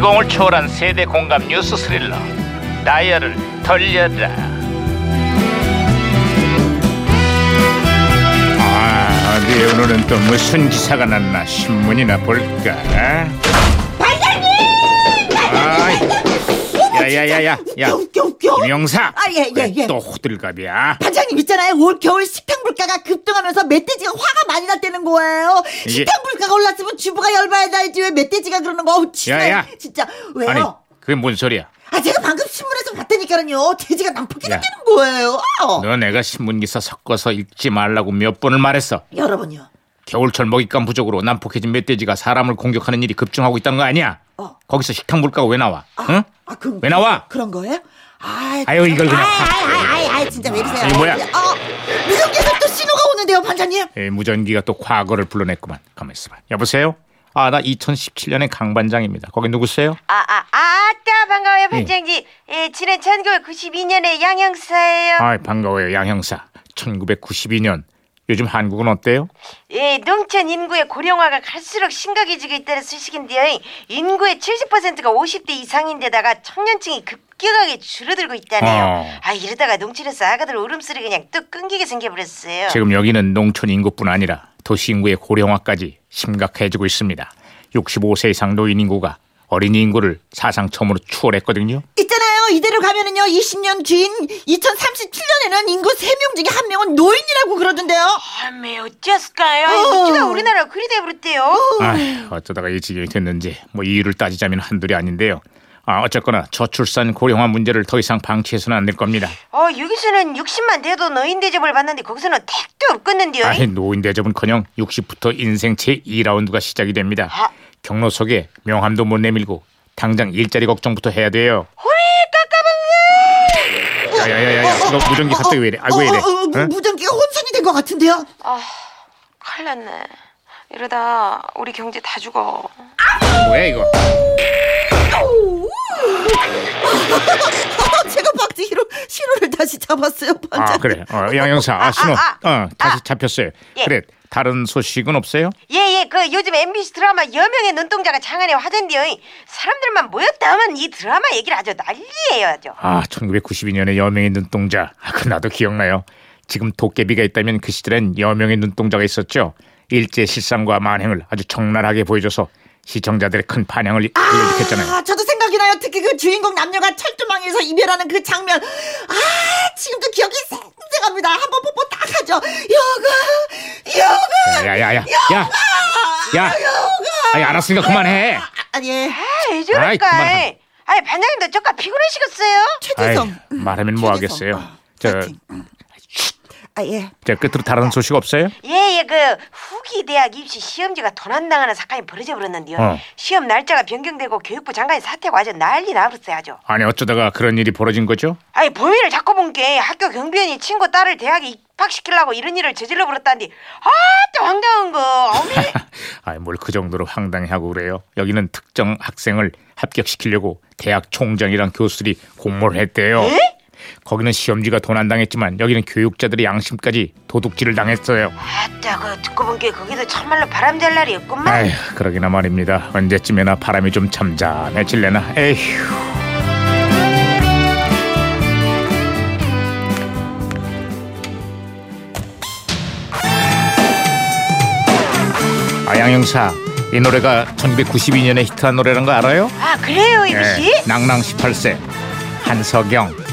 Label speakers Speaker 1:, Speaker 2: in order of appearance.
Speaker 1: 감성을 초월한 세대 공감 뉴스 스릴러 다이얼을 돌려라 아 어디 오늘은 또 무슨 기사가 났나 신문이나 볼까 반장님 야야야야야
Speaker 2: 뿅뿅뿅.
Speaker 1: 김영사
Speaker 2: 아, 예, 예,
Speaker 1: 그래,
Speaker 2: 예.
Speaker 1: 또 호들갑이야
Speaker 2: 반장님 있잖아요. 올 겨울 식탁 물가가 급등하면서 멧돼지가 화가 많이 났다는 거예요.
Speaker 1: 이게-
Speaker 2: 식탁 물가가 올랐으면 주부가 열받아야 되지 왜 멧돼지가 그러는 거? 어우,
Speaker 1: 야,
Speaker 2: 진짜,
Speaker 1: 야.
Speaker 2: 진짜 왜요?
Speaker 1: 아니 그게 뭔 소리야
Speaker 2: 아 제가 방금 신문에서 봤다니까요. 돼지가 난폭히
Speaker 1: 야.
Speaker 2: 났다는 거예요. 어.
Speaker 1: 너 내가 신문 기사 섞어서 읽지 말라고 몇 번을 말했어
Speaker 2: 여러분요.
Speaker 1: 겨울철 먹잇감 부족으로 난폭해진 멧돼지가 사람을 공격하는 일이 급증하고 있다는 거 아니야?
Speaker 2: 어.
Speaker 1: 거기서 식탁 물가가 왜 나와?
Speaker 2: 아,
Speaker 1: 응?
Speaker 2: 아, 그럼
Speaker 1: 왜 나와?
Speaker 2: 그런 거예요? 아,
Speaker 1: 아유, 이걸 그냥.
Speaker 2: 아이, 아이, 아이, 아이, 진짜 왜 이러세요?
Speaker 1: 이게 뭐야?
Speaker 2: 어, 무전기에서 또 신호가 오는데요, 반장님.
Speaker 1: 에, 무전기가 또 과거를 불러냈구만. 가만 있어봐. 여보세요? 아, 나 2017년의 강 반장입니다. 거기 누구세요?
Speaker 3: 아, 아, 아따 반가워요 반장님. 예, 지난 1992년에 양형사예요.
Speaker 1: 아이, 반가워요, 양 형사. 1992년. 요즘 한국은 어때요?
Speaker 3: 예, 농촌 인구의 고령화가 갈수록 심각해지고 있다는 소식인데요. 인구의 70%가 50대 이상인데다가 청년층이 급격하게 줄어들고 있다네요.
Speaker 1: 어.
Speaker 3: 아 이러다가 농촌에서 아가들 울음소리 그냥 뚝 끊기게 생겨버렸어요.
Speaker 1: 지금 여기는 농촌 인구뿐 아니라 도시 인구의 고령화까지 심각해지고 있습니다. 65세 이상 노인 인구가 어린이 인구를 사상 처음으로 추월했거든요.
Speaker 2: 있잖아요. 이대로 가면은요, 20년 뒤인 2037년에는 인구 3명 중에 1명은 노인이라고 그러던데요.
Speaker 3: 아메 어째서까요?
Speaker 2: 어.
Speaker 3: 어쩌다 우리나라 가 그리 돼버렸대요.
Speaker 1: 아휴, 어쩌다가 이 지경이 됐는지 뭐 이유를 따지자면 한둘이 아닌데요. 아, 어쨌거나 저출산 고령화 문제를 더 이상 방치해서는 안 될 겁니다.
Speaker 3: 어 여기서는 60만 돼도 노인 대접을 받는데 거기서는 택도 없겠는데요.
Speaker 1: 아니, 노인 대접은커녕 60부터 인생 제 2라운드가 시작이 됩니다.
Speaker 3: 아.
Speaker 1: 경로 속에 명함도 못 내밀고 당장 일자리 걱정부터 해야 돼요. 야야야야, 너 무전기 갑자기 왜 이래? 아이고 왜 이래?
Speaker 2: 어, 어, 어, 무-
Speaker 1: 응?
Speaker 2: 무전기가 혼선이 된 것 같은데요.
Speaker 3: 큰일 났네. 이러다 우리 경제 다 죽어.
Speaker 1: 뭐야 이거?
Speaker 2: 제가 박지희로 신호를 다시 잡았어요, 반장님.
Speaker 1: 아 그래, 어, 양영사, 아, 신호, 어, 다시 잡혔어요.
Speaker 3: 예.
Speaker 1: 그래, 다른 소식은 없어요?
Speaker 3: 예예 그 요즘 MBC 드라마 여명의 눈동자가 장안의 화제인데요. 사람들만 모였다 하면 이 드라마 얘기를 아주 난리예요 아주.
Speaker 1: 아, 1992년에 여명의 눈동자. 아, 그 나도 기억나요. 지금 도깨비가 있다면 그 시절엔 여명의 눈동자가 있었죠. 일제 실상과 만행을 아주 적나라하게 보여줘서 시청자들의 큰 반향을 일- 일으켰잖아요.
Speaker 2: 아, 저도 생각이 나요. 특히 그 주인공 남녀가 철조망에서 이별하는 그 장면. 아, 지금도 기억이 생생합니다. 한번 뽀뽀 딱 하죠. 여가, 여가,
Speaker 1: 야야야야, 야, 야, 아니 알았으니까 그만해.
Speaker 2: 아니, 예.
Speaker 3: 아왜
Speaker 1: 아이,
Speaker 3: 저럴까?
Speaker 1: 그만하-
Speaker 3: 아이 반장님도 조금 피곤하시겠어요?
Speaker 1: 아이,
Speaker 2: 최재성. 음.
Speaker 1: 말하면 뭐 하겠어요. 저,
Speaker 2: 파이팅. 아, 예.
Speaker 1: 저 끝으로 다른 소식 없어요?
Speaker 3: 예예 그 후기 대학 입시 시험지가 도난당하는 사건이 벌어져 버렸는데요.
Speaker 1: 어.
Speaker 3: 시험 날짜가 변경되고 교육부 장관이 사퇴하고 아주 난리 나버렸어요 아주.
Speaker 1: 아니 어쩌다가 그런 일이 벌어진 거죠?
Speaker 3: 아니 범인을 잡고 본 게 학교 경비원이 친구 딸을 대학에 입학시키려고 이런 일을 저질러 버렸다니 아또 황당한 거. 어미.
Speaker 1: 아이 뭘 그 정도로 황당해하고 그래요. 여기는 특정 학생을 합격시키려고 대학 총장이랑 교수들이 공모를 했대요. 거기는 시험지가 도난당했지만 여기는 교육자들의 양심까지 도둑질을 당했어요.
Speaker 3: 아따 그 듣고 본 게 거기도 참말로 바람 잘 날이 없구만.
Speaker 1: 아휴 그러기나 말입니다. 언제쯤에나 바람이 좀 잠잠해질래나. 에휴. 아양 형사 이 노래가 1992년에 히트한 노래란 거 알아요?
Speaker 3: 아 그래요 이비 씨?
Speaker 1: 낭낭 18세 예, 한석영